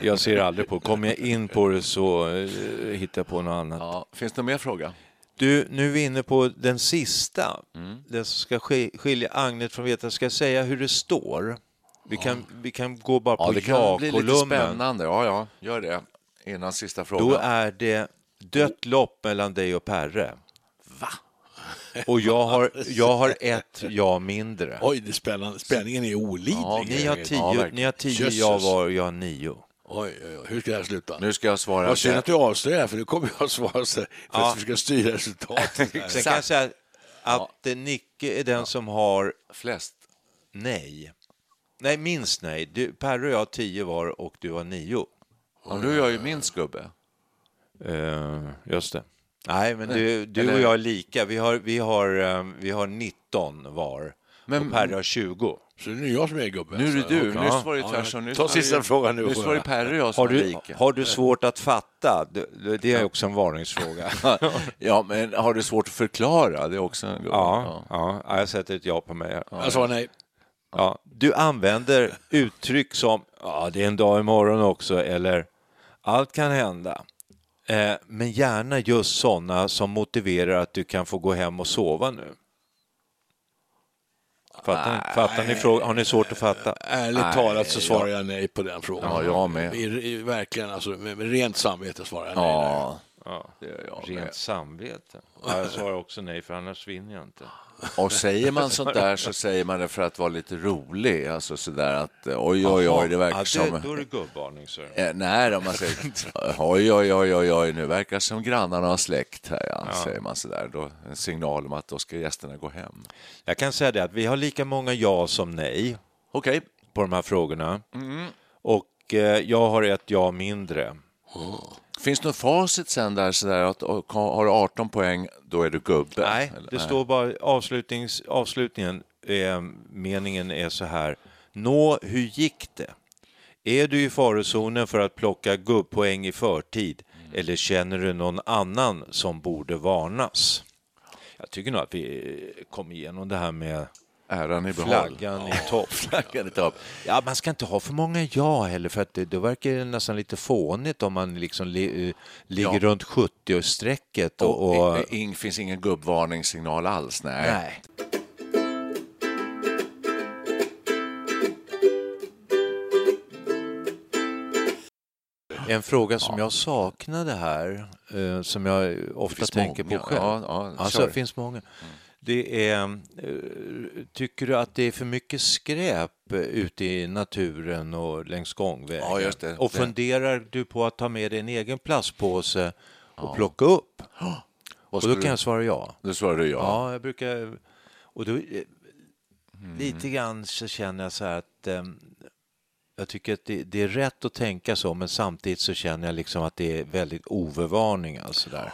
C: Jag ser aldrig på Kommer jag in på det så eh, hittar jag på något annat.
B: Ja, finns det någon mer fråga?
C: Du, nu är vi inne på den sista.
B: Mm.
C: Den som ska ski- skilja agnet från vetet. Ska jag säga hur det står? Vi kan, vi kan gå bara
B: Ja,
C: på
B: det kan bli lite
C: ja-kolumnen.
B: spännande. Ja, ja, gör det. Innan sista frågan.
C: Då är det dött lopp mellan dig och Perre. Va? Och jag
B: *laughs*
C: har, jag har ett ja mindre.
A: Oj, det är spännande. Spänningen är olidlig.
B: Ja,
C: Ni har tio,
B: Ja, verkligen.
C: ni har tio
A: Jösses.
C: ja var och jag har nio.
A: Oj, oj, oj. Hur ska det här sluta?
B: Nu ska jag svara.
A: Vad synd att du avslöjar, för nu kommer jag att svara så här, för att försöka styra resultatet. här.
C: Sen kan jag säga att ja. Nicke är den som har
B: Flest.
C: nej. Nej, minst nej. Du, Perre och jag har tio var och du har nio.
B: Ja, nu är jag ju min gubbe.
C: Uh, just det. Nej, men du, du
B: Eller-
C: och jag är lika. Vi har, vi har, eh, vi har 19 var
B: Men-
C: och Perre har 20.
A: Så nu är jag som är gubben.
B: Nu är det
A: alltså.
B: du.
A: Ja.
B: Nyss var det
A: Ja,
B: tvärtom. Nyss
A: Ta
B: var det-
A: sista frågan nu.
B: Nyss var det Perry och jag som var
C: Har du,
B: lika.
C: har du svårt att fatta? Det, det är också en varningsfråga. ja,
B: *laughs* Ja, men har du svårt att förklara? Det är också en
C: ja. ja, jag sätter ett ja på mig. här.
B: Alltså,
A: Jag svarar nej.
C: Ja. Du använder uttryck som ja, det är en dag imorgon också eller allt kan hända. Eh, men gärna just sådana som motiverar att du kan få gå hem och sova nu. Fattar, ni- fattar ni frågan? Har ni svårt att fatta?
A: Ärligt talat så svarar jag nej på den frågan.
B: Ja, jag med.
A: I, i, verkligen, alltså, med, med rent samvete svarar jag nej.
B: Ja.
D: Ja.
B: Det gör jag med.
C: Rent samvete.
D: Ja, jag svarar också nej, för annars vinner jag inte.
B: Och säger man sånt där så säger man det för att vara lite rolig. Alltså sådär att eh, oj, oj, oj, det verkar
D: ja, det,
B: som...
D: Då är det gubbvarning, så. är det.
B: Eh, nej, då man säger oj, oj, oj, oj, oj, nu verkar som grannarna har släckt här, ja,
C: Ja.
B: säger man sådär. Då, en signal om att då ska gästerna gå hem.
C: Jag kan säga det att vi har lika många ja som nej
B: okay.
C: på de här frågorna.
B: Mm.
C: Och eh, jag har ett ja mindre.
B: Finns det något facit sen där, sådär att och, har du 18 poäng, då är du gubbe?
C: Nej,
B: Eller-
C: det står bara avslutnings, avslutningen. Eh, meningen är så här. Nå, hur gick det? Är du i farozonen för att plocka gubbpoäng i förtid eller känner du någon annan som borde varnas? Jag tycker nog att vi eh, kom igenom det här med
B: Äran i behåll.
C: flaggan i topp. *laughs* flaggan i topp. Ja, man ska inte ha för många ja heller för att det, då verkar det nästan lite fånigt om man liksom li, eh, ligger
B: Ja.
C: runt 70-strecket och, och,
B: i- i- ing- finns ingen gubbvarningssignal alls? Nej.
C: Nej. En fråga som jag saknade här, eh, som jag ofta
B: finns
C: tänker
B: många.
C: på själv.
B: Ja, ja,
C: alltså,
B: kör.
C: det finns många.
B: Mm.
C: Det är, eh, tycker du att det är för mycket skräp eh, ute i naturen och längs gångvägen?
B: Ja, just det.
C: Och
B: Det-
C: funderar du på att ta med dig en egen plastpåse och plocka upp? Och, då
B: skulle du-
C: kan jag svara ja.
B: Då svarar du ja.
C: Ja, jag brukar... Och då, eh,
B: Mm.
C: Lite grann så känner jag så här att eh, jag tycker att det, det är rätt att tänka så, men samtidigt så känner jag liksom att det är väldigt overvarning. Alltså där.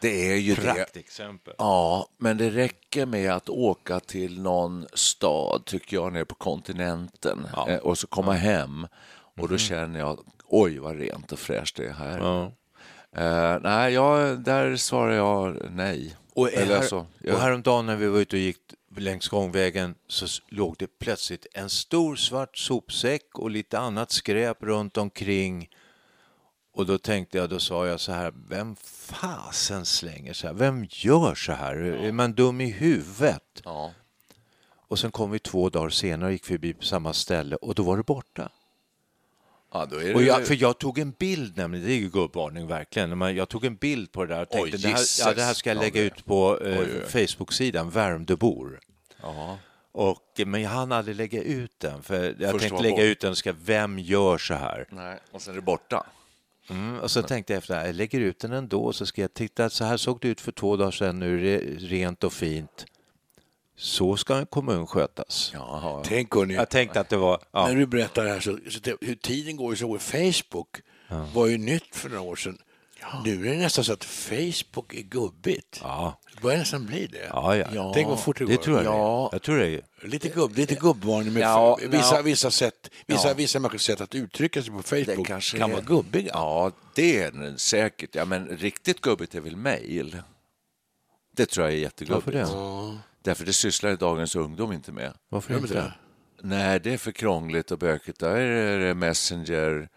B: Det är ju det.
D: Praktexempel.
B: Ja, men det räcker med att åka till någon stad, tycker jag, nere på kontinenten eh, och så komma hem och då känner jag, oj vad rent och fräscht det är här. Eh, nej, jag, där svarar jag nej.
C: Och, är
B: Eller
C: här,
B: så, jag-
C: och häromdagen när vi var ute och gick längs gångvägen så s- låg det plötsligt en stor svart sopsäck och lite annat skräp runt omkring. Och då tänkte jag, då sa jag så här, vem fasen slänger så här? Vem gör så här? Är man dum i huvudet?
B: Ja.
C: Och sen kom vi två dagar senare och gick förbi på samma ställe och då var det borta.
B: ja, då är det...
C: Och jag, för jag tog en bild nämligen, det är ju gubbvarning verkligen, men jag tog en bild på det där och tänkte
B: Oj,
C: det, här,
B: Jesus.
C: ja, det här ska jag
B: Ja,
C: lägga
B: det-
C: ut på eh,
B: Oj, oj,
C: Facebook-sidan Värmdöbor.
B: Ja.
C: Och, eh, men jag hann aldrig lägga ut den, för jag
B: Först var
C: tänkte lägga
B: bort.
C: ut den, ska, vem gör så här?
B: Nej, och sen är det borta.
C: Mm, och så tänkte jag efter, jag lägger ut den ändå, så ska jag titta, så här såg det ut för två dagar sedan, nu är det rent och fint. Så ska en kommun skötas.
B: Jaha.
A: Tänk hörni,
C: Jag tänkte att det var... Ja.
A: när du berättar det här så, så det, hur tiden går ju så. Facebook var ju nytt för några år sedan. Nu är det nästan så att Facebook är gubbigt.
C: Ja.
A: Det börjar nästan bli det.
C: Ja, ja.
A: Tänk vad fort det går.
C: Det tror jag
B: Ja.
C: det. Jag tror det är.
A: Lite, gubb, lite gubbvarning, men
B: Ja,
A: f- vissa,
B: ja.
A: vissa, sätt, vissa,
B: Ja.
A: vissa människors sätt att uttrycka sig på Facebook
B: kanske
A: kan
B: är-
A: vara gubbiga.
B: Ja, det är den säkert. Ja, men riktigt gubbigt är väl mejl? Det tror jag är jättegubbigt.
C: Varför det?
B: Därför det sysslar dagens ungdom inte med.
C: Varför inte det?
B: Nej, det är för krångligt och bökigt. Där är det Messenger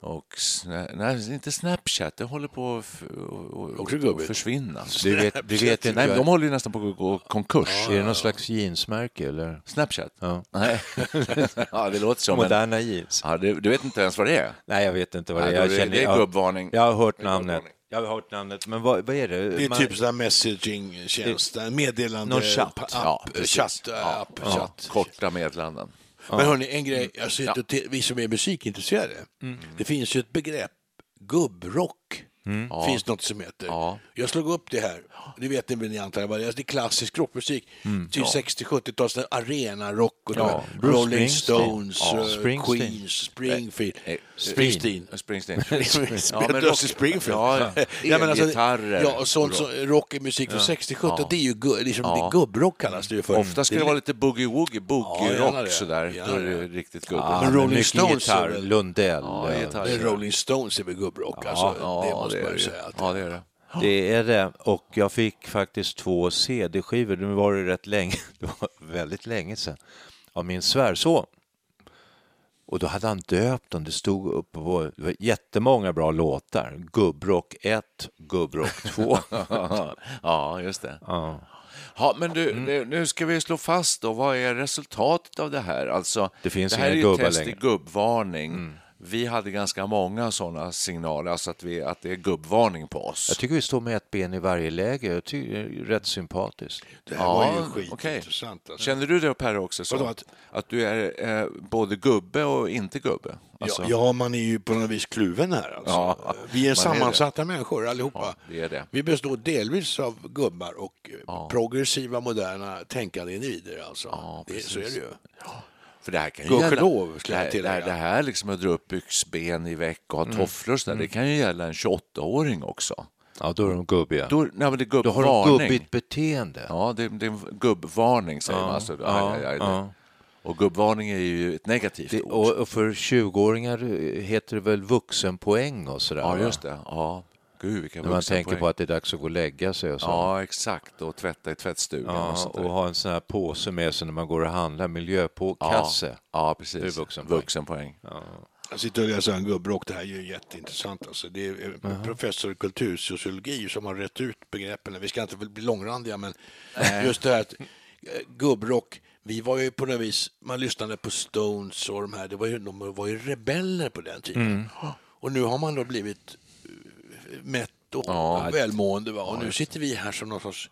B: och Sna- nej, inte Snapchat. Det håller på att f- och-
A: Också
B: och- och
A: gubbigt.
B: försvinna.
C: Du vet, du vet inte...
B: Nej, men de håller ju nästan på att gå konkurs.
C: Är det någon slags jeansmärke eller?
B: Snapchat?
C: Ja.
B: Nej, *laughs* ja, det låter så. Men,
C: Moderna jeans?
B: ja, du, du vet inte ens vad det är?
C: Nej, jag vet inte vad det är.
B: Nej, då är
C: Jag
B: det-
C: känner,
B: det är
C: jag-
B: gubbvarning.
C: Jag har hört
B: Det är gubbvarning.
C: namnet. Jag har hört namnet, men vad, vad är det?
A: Det är
C: Man-
A: typ sådär messaging-tjänst, en meddelande...
C: Någon chatt.
A: App,
B: Ja, precis.
A: chatt, app, chatt.
B: Korta meddelanden.
A: Men hörni, en grej,
C: Mm.
A: jag sitter och te- vi som är musikintresserade, det finns ju ett begrepp, gubbrock.
C: Mm.
A: Det finns något som heter.
B: Ja.
A: Jag slog upp det här, det vet ni väl ni antar jag, vad det är. det är klassisk rockmusik, Typ till 60-70-tals arenarock och det
C: Mm, Ja.
A: var
C: Bruce
A: Rolling
C: Springsteen.
A: Stones,
C: Ja.
A: eh,
C: Springsteen.
A: Queens, Springfield,
B: Eh, eh,
A: Springsteen. *laughs*
B: Springsteen.
A: Ja, men rock... Springfield.
B: Ja, ja.
A: Ja, men alltså,
B: Elgitarrer.
A: ja, och sånt som rock i musik från 60-70, det är ju gu, liksom,
B: Ja.
A: det är gubbrock kallas det ju för.
B: Ofta ska det vara lite boogie-woogie,
A: Ja, gärna
B: boogie-rock
A: det.
B: sådär.
A: Gärna
B: Då är
A: det.
B: det riktigt gubbigt.
C: Ah,
A: Men
C: men
A: Rolling
C: mycket
A: Stones är
C: gitarr,
A: väl-
C: Lundell.
B: Ja,
C: eh,
B: gitarr.
A: Det är Rolling Stones är väl gubbrock, alltså, det måste man ju
B: det.
A: säga. Att...
B: Ja, det är det.
C: Det är det. Och jag fick faktiskt två CD-skivor. Nu var det rätt länge, *laughs* det var väldigt länge sedan, av min svärson. Och då hade han döpt dem. Det stod uppe på, det var jättemånga bra låtar. Gubbrock 1, Gubbrock *laughs* 2.
B: *laughs* ja, just det. Ja, men du, nu- nu ska vi slå fast då, vad är resultatet av det här? Alltså,
C: Det finns
B: det här
C: inga
B: är ju ett
C: gubbar
B: test i
C: längre.
B: gubbvarning. vi hade ganska många sådana signaler, alltså att, vi, att det är gubbvarning på oss.
C: Jag tycker vi står med ett ben i varje läge. Jag tycker det är rätt sympatiskt.
B: Det här var ju Ja, skit- okej. intressant, alltså. Känner du det Per också? Så?
A: Vadå,
B: Att, du är eh, både gubbe och inte gubbe? Alltså-
A: Ja, ja, man är ju på något vis kluven här. Alltså.
B: Ja,
A: vi är
B: man det.
A: sammansatta människor allihopa.
B: Ja, det är det.
A: Vi består delvis av gubbar och eh, progressiva, moderna, tänkande individer. Alltså. det, så är det ju.
B: För det här kan ju
A: Gudskelov,
B: det
A: skulle jag
B: här, det, här,
A: tillägga.
B: det här liksom att dra upp byxben i veck och ha
A: Mm.
B: tofflor och sådär, det kan ju gälla en 28-åring också.
C: Ja, då är de gubbiga.
B: Då, nej, men det är
C: Då har de
B: gubbvarning.
C: gubbigt beteende.
B: Ja, det, det är en gubbvarning säger
C: Ja,
B: man. Alltså,
C: ja,
B: aj, aj, aj.
C: ja.
B: Och gubbvarning är ju ett negativt
C: Det,
B: ord.
C: och och för 20-åringar heter det väl vuxenpoäng och sådär?
B: Ja,
C: va?
B: just det. Ja. Gud, vilka
C: När man
B: vuxenpoäng.
C: tänker på att det är dags att gå och lägga sig och så.
B: Ja, exakt. Och tvätta i tvättstugan
C: Ja,
B: och sånt där.
C: och ha en sån här påse med sig när man går och handlar, miljöpåkasse.
B: Ja, ja, precis.
C: Det är vuxenpoäng.
B: Vuxenpoäng.
A: Jag sitter och läser en gubbrock, det här är ju jätteintressant. Alltså. Det är en
C: Jaha.
A: professor i kultursociologi som har rätt ut begreppen. Vi ska inte väl bli långrandiga, men
C: Nej.
A: just det här att eh, gubbrock, vi var ju på något vis, man lyssnade på Stones och de här, det var ju, de var ju rebeller på den tiden.
C: Mm.
A: Och nu har man då blivit eh, mätt och
C: Ja.
A: välmående. Va? Och
C: Ja,
A: nu
C: just
A: sitter vi här som någon sorts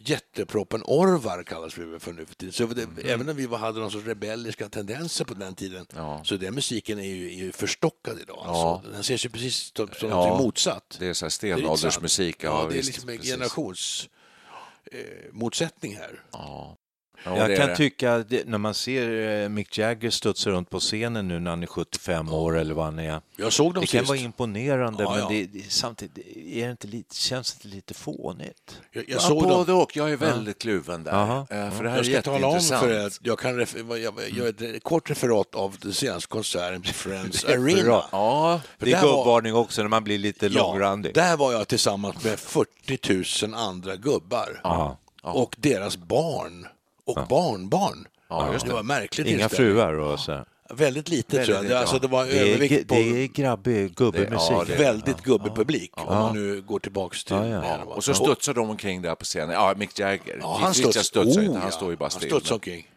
A: jätteproppen Orvar kallas vi väl för nu för tiden. Så det,
B: Mm.
A: Även om vi var- hade någon sorts rebelliska tendenser på den tiden så den musiken är ju, är ju förstockad idag. Alltså. Den ses ju precis som som något motsatt.
B: Det är så här
A: Det är lite
B: stenåldersmusik.
A: sant. Ja, det är
B: visst,
A: liksom en
B: precis.
A: generationsmotsättning här.
B: Ja.
C: jag kan tycka, att det, när man ser eh, Mick Jagger studsa runt på scenen nu när han är 75 år eller vad han är.
A: Jag såg dem
C: Det kan
A: sist.
C: vara imponerande,
A: Ja,
C: men
A: ja.
C: Det, det, samtidigt är det inte lite, känns det inte lite fånigt?
A: Jag,
B: Ja,
A: jag såg
B: både
A: dem.
B: och. Jag är väldigt kluven där.
C: Jaha.
B: Eh, För
C: Ja.
B: det här
A: jag
B: är
A: ska tala om
B: jätteintressant.
A: för er att jag kan ref- jag, jag gör ett kort referat av den senaste konserten på
B: *laughs*
A: Friends Arena.
C: Referat. Ja,
A: För
C: det är
A: där var-
C: gubbvarning också när man blir lite långrandig.
A: där var jag tillsammans med 40 000 andra gubbar
C: Ja.
A: och deras barn och barnbarn.
C: just
A: det var märkligt.
C: Inga fruar och så. här.
A: Väldigt lite
C: Väldigt
A: tror jag.
C: lite,
A: Det, alltså,
C: ja.
A: det var
C: Det är
A: övervikt
C: gu-
A: på
C: det är grabbig gubbemusik.
A: Det- ja, det- väldigt gubbig publik om
B: Ja.
A: man nu går tillbaks till det här, va?
B: Och så studsar de omkring där på scenen. Ja, Mick Jagger.
A: Ja,
B: Keith Richards studsar inte, han
A: Oh, ja.
B: står ju bara
A: Han
B: still.
A: studsar omkring.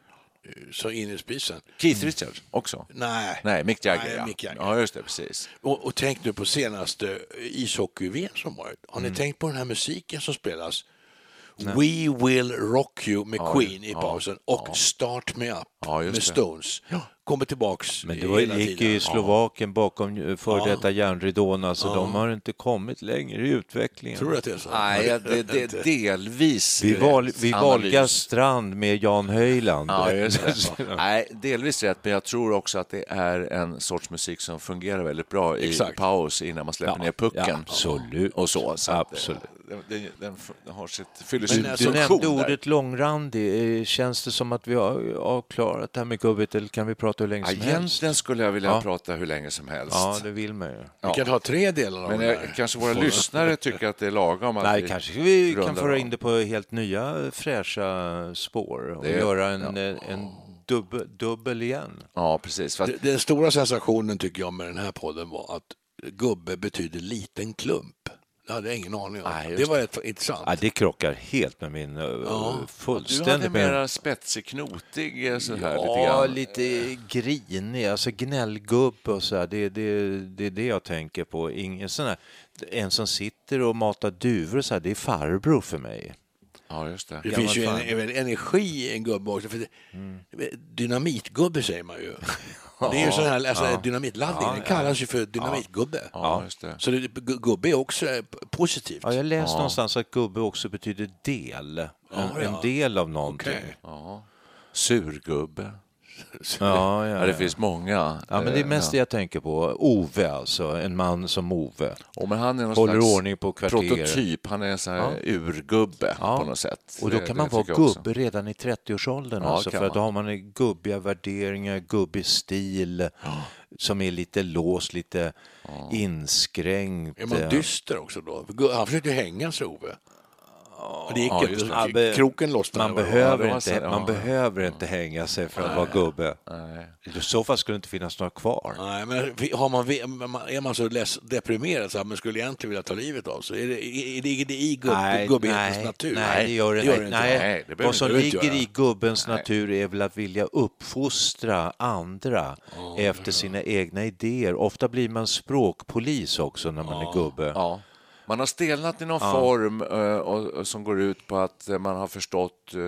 A: Eh, Så in i spisen.
B: Keith Richards också?
A: Nej.
B: Nej, Mick Jagger,
A: Nej,
B: ja.
A: Mick Jagger.
B: ja. just det, precis.
A: Och, och tänk nu på senaste ishockey-VM som varit. Har
C: Mm.
A: ni tänkt på den här musiken som spelas? We will rock you med
C: Ja,
A: Queen i
C: ja,
A: pausen och Start me up
C: just
A: med
C: det.
A: Stones. Kommer tillbaks
C: Men det var,
A: hela
C: gick
A: tiden.
C: ju i Slovakien bakom eh,
A: Ja.
C: före detta järnridån, alltså
A: Ja.
C: de har inte kommit längre i utvecklingen.
A: Tror du att det är så?
B: Nej, ja, det, det
A: *laughs*
B: är delvis
C: Vi,
B: rätt
C: val, vi
B: analys.
C: valgar Strand med Jan Höjland.
B: Ja,
C: *laughs*
B: just det. Nej, delvis rätt, men jag tror också att det är en sorts musik som fungerar väldigt bra i
C: Exakt.
B: paus innan man släpper
C: Ja,
B: ner pucken.
C: ja, absolut.
B: Och så, så att, eh,
C: Absolut.
B: Den, den, den f- den har sitt, fyller
C: Du,
B: sin
C: du
B: funktion
C: nämnde
B: där.
C: ordet långrandig. Eh, Känns det som att vi har avklarat det här med gubbigt eller kan vi prata hur länge
B: Ja,
C: som helst?
B: Egentligen skulle jag vilja
C: Ja.
B: prata hur länge som helst.
C: Ja, det vill man ju.
B: Ja.
A: kan ha tre delar av
B: Men
A: det
B: jag,
A: här.
B: kanske våra
A: Får-
B: lyssnare tycker att det är lagom att
C: Nej,
B: vi
C: kanske vi kan
B: rundar
C: föra
B: av.
C: in det på helt nya fräscha spår och
B: Det-
C: göra en, eh, en dubbel, dubbel igen.
B: Ja, precis. För att,
A: Den, den stora sensationen tycker jag med den här podden var att gubbe betyder liten klump. Det hade jag ingen aning om. det var rätt intressant.
C: Ja, det krockar helt med min eh,
B: du hade
C: fullständigt med...
B: mera spetsig, knotig eh, så här lite
C: Ja,
B: grann.
C: lite grinig, alltså gnällgubb och så här. Det, det, det är det jag tänker på. Ingen sån här, en som sitter och matar duvor och så här, det är farbror för mig.
B: Ja, just det.
A: Det finns ju en, en energi i en gubbe också. För det, Dynamitgubbe säger man ju. Det är ju sån här alltså,
C: Ja.
A: dynamitladdning.
C: Ja,
A: den
C: ja.
A: kallas ju för dynamitgubbe.
B: Ja, just det.
A: Så det, gu- gubbe är också eh, p- positivt.
C: Ja, jag läste
A: Ja.
C: någonstans att gubbe också betyder del. En,
A: Ja, ja.
C: en del av någonting.
A: Okej.
B: Ja. Surgubbe.
C: Ja, ja, ja.
B: Det finns många.
C: Ja, men det är
B: eh,
C: mest det jag tänker på. Ove alltså, en man som Ove.
B: Ja, men han är någon
C: Håller
B: slags
C: ordning på kvarteret.
B: Prototyp, han är en sån här urgubbe på något sätt.
C: Och då
B: Det-
C: kan
B: det
C: man vara
B: tycker jag också.
C: gubbe redan i 30-årsåldern.
B: Ja,
C: alltså,
B: kan
C: för att då
B: man.
C: har man en gubbiga värderingar, gubbig stil som är lite låst, lite inskränkt.
A: Är man dyster också då? Gu- Han försökte ju hänga sig, Ove. Och det gick inte.
C: just
A: Så fick kroken lossnade.
C: Man
A: Ja, det
C: behöver,
A: var
C: inte,
A: så-
C: man
A: ja.
C: behöver inte hänga sig för att
A: Nej.
C: vara gubbe. I så fall skulle det inte finnas några kvar.
A: Nej, men har man, är man så less, deprimerad så att man skulle egentligen vilja ta livet av sig? Är det, är, ligger det i gubb, gubbighetens
C: nej,
A: natur?
C: Nej, det gör det, inte. Nej. Vad som ligger i gubbens
A: Nej.
C: natur är väl att vilja uppfostra andra efter sina egna idéer. Ofta blir man språkpolis också när man är gubbe.
B: Man har stelnat i någon
C: Ja.
B: form eh, och, och, som går ut på att eh, man har förstått eh,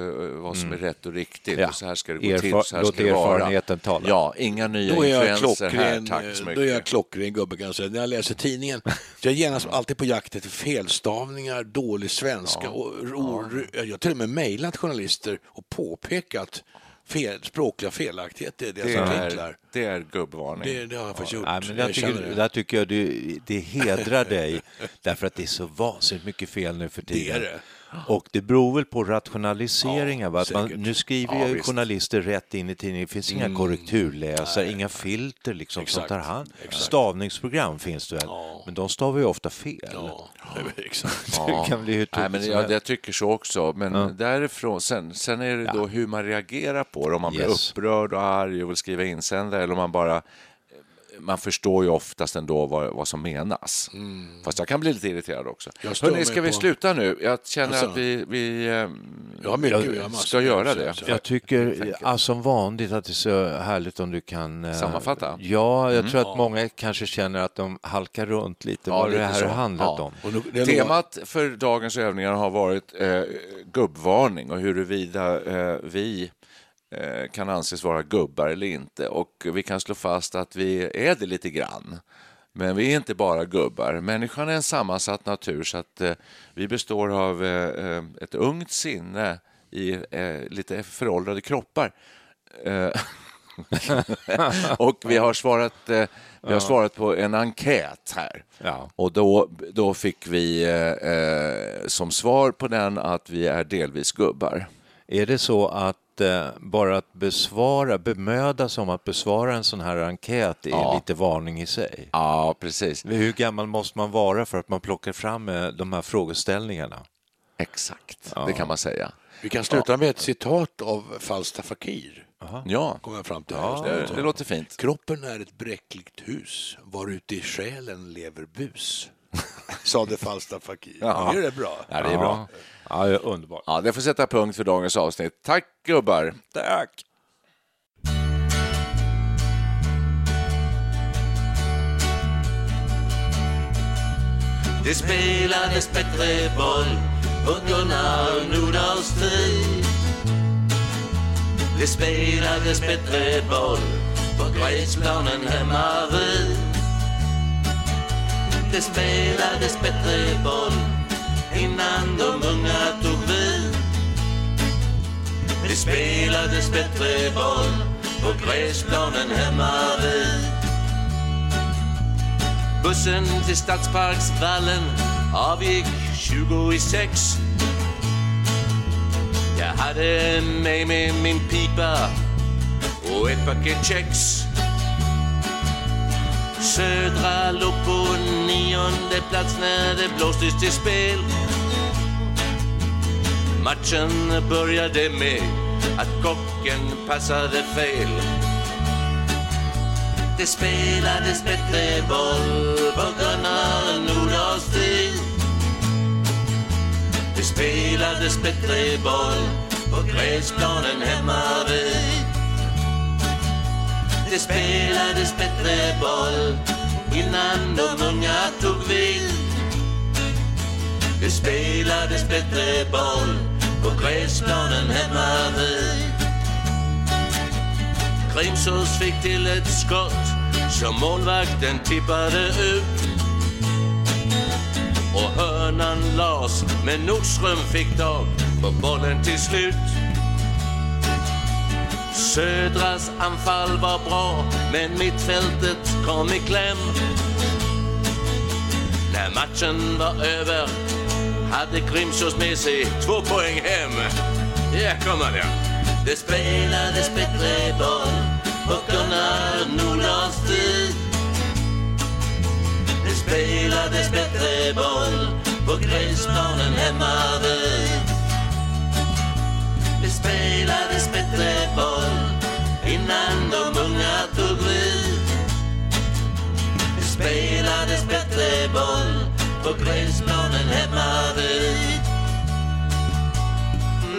B: vad som
C: Mm.
B: är rätt och riktigt.
C: Ja.
B: Och så här ska det gå till,
C: Erfa-
B: så här
C: låt
B: ska det vara.
C: erfarenheten tala.
B: Ja, inga nya
A: Då är jag
B: influenser här,
A: klockren, eh,
B: tack så mycket.
A: då är jag klockren gubbe kan jag säga. När jag läser tidningen, så jag är genast alltid på jakt efter felstavningar, dålig svenska. Och, och, Jag har till och med mejlat journalister och påpekat fel, språkliga felaktigheter i
B: Det
A: deras artiklar.
B: är, det är gubbvarning.
A: Det- det har jag faktiskt gjort.
C: Nej, men där,
A: Jag känner
C: tycker,
A: det.
C: där tycker jag du, det hedrar
A: *laughs*
C: dig därför att det är så vansinnigt mycket fel nu för tiden.
A: Det är det.
C: Och det beror väl på rationaliseringar. va? Att man,
A: säkert.
C: nu skriver
A: Ja,
C: ju
A: visst.
C: journalister rätt in i tidningen. Det finns
A: Mm.
C: inga korrekturläsare, inga filter liksom, som
A: Exakt.
C: tar hand. Stavningsprogram finns det väl, men de stavar ju ofta fel.
A: *laughs* Exakt.
C: *laughs* Det kan bli hur tokigt
B: Nej, men
C: som
B: jag,
C: helst.
B: jag tycker så också, men därifrån, sen, sen är det då hur man reagerar på det, om man
C: Yes.
B: blir upprörd och arg och vill skriva insändare eller om man bara eh, man förstår ju oftast ändå vad, vad som menas. Fast jag kan bli lite irriterad också.
A: Mm. Jag stör
B: Hörni,
A: mig
B: ska vi
A: på-
B: sluta nu? Jag känner
A: Alltså.
B: att vi, vi ehm,
A: Jag har mycket, jag har massor.
B: ska göra det.
C: Jag tycker ah, som vanligt att det är så härligt om du kan... eh,
B: Sammanfatta.
C: Ja, jag
B: Mm.
C: tror att
B: Ja.
C: många kanske känner att de halkar runt lite vad det
B: lite
C: här
B: så.
C: har handlat
B: Ja.
C: om.
B: Temat för dagens övningar har varit eh, gubbvarning och huruvida eh, vi eh, kan anses vara gubbar eller inte. Och vi kan slå fast att vi är det lite grann. Men vi är inte bara gubbar. Människan är en sammansatt natur så att eh, vi består av eh, eh, ett ungt sinne i eh, lite föråldrade kroppar. Eh, och vi har svarat, eh, vi har
C: Ja.
B: svarat på en enkät här. Och då, då fick vi eh, eh, som svar på den att vi är delvis gubbar.
C: Är det så att eh, bara att besvara, bemöda sig om att besvara en sån här enkät är
B: Ja.
C: lite varning i sig?
B: Ja, precis.
C: Hur gammal måste man vara för att man plockar fram eh, de här frågeställningarna?
B: Exakt, det kan man säga.
A: Vi kan sluta med ett citat av Falstaff Fakir.
B: Ja.
A: Kommer jag fram till.
B: Ja,
A: här just nu.
B: det låter fint.
A: Kroppen är ett bräckligt hus, varuti själen lever bus. *laughs* Sade Falstaff Fakir.
B: Ja.
A: Det är det bra.
B: Ja, det är bra.
C: Ja, underbart.
B: Ja, det får sätta punkt för dagens avsnitt. Tack gubbar!
C: Tack!
F: Det spelades bättre boll under Nordals tid. Det spelades bättre boll på gräsplanen hemma vid. Det spelades bättre boll innan de unga tog vid. Det spelades bättre boll på gräsplanen hemma vid. Bussen till Stadsparksvallen avgick 20 i sex. Jag hade med mig min pipa och ett paket kex. Södra låg på nionde plats när det blåstes till spel. Matchen började med att kocken passade fel. Det spelades bättre boll på Gunnar Nordahls tid. Det spelades bättre boll på gräsplanen hemma vid. Det spelades bättre boll innan de unga tog vid. Det spelades bättre boll på gräsplanen hemma vid. Grimsås fick till ett skott som målvakten tippade ut. Och hörnan lades, men Nordström fick tag på bollen till slut. Södras anfall var bra, men mittfältet kom i kläm. När matchen var över hade Grimsås med sig två poäng hem. Här kommer det. Det spelades bättre boll på Gunnar Nordahls tid. Det spelades bättre boll på raceplanen hemma vid. Vi spelades bättre boll innan de unga tog vid. Vi spelades bättre boll på gräsplanen hemma vid.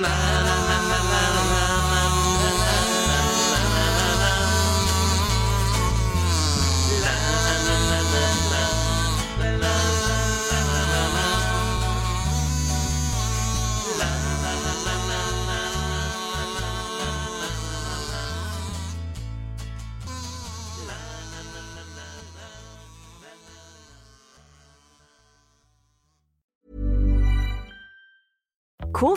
F: Na, na, na, na, na, na, na, na, na, na, na, na, na. La, na, na, na, na, na, na, na, na, na, na, na. La, na, na, na, na, na, na, na, na, na, na, na.
G: Cool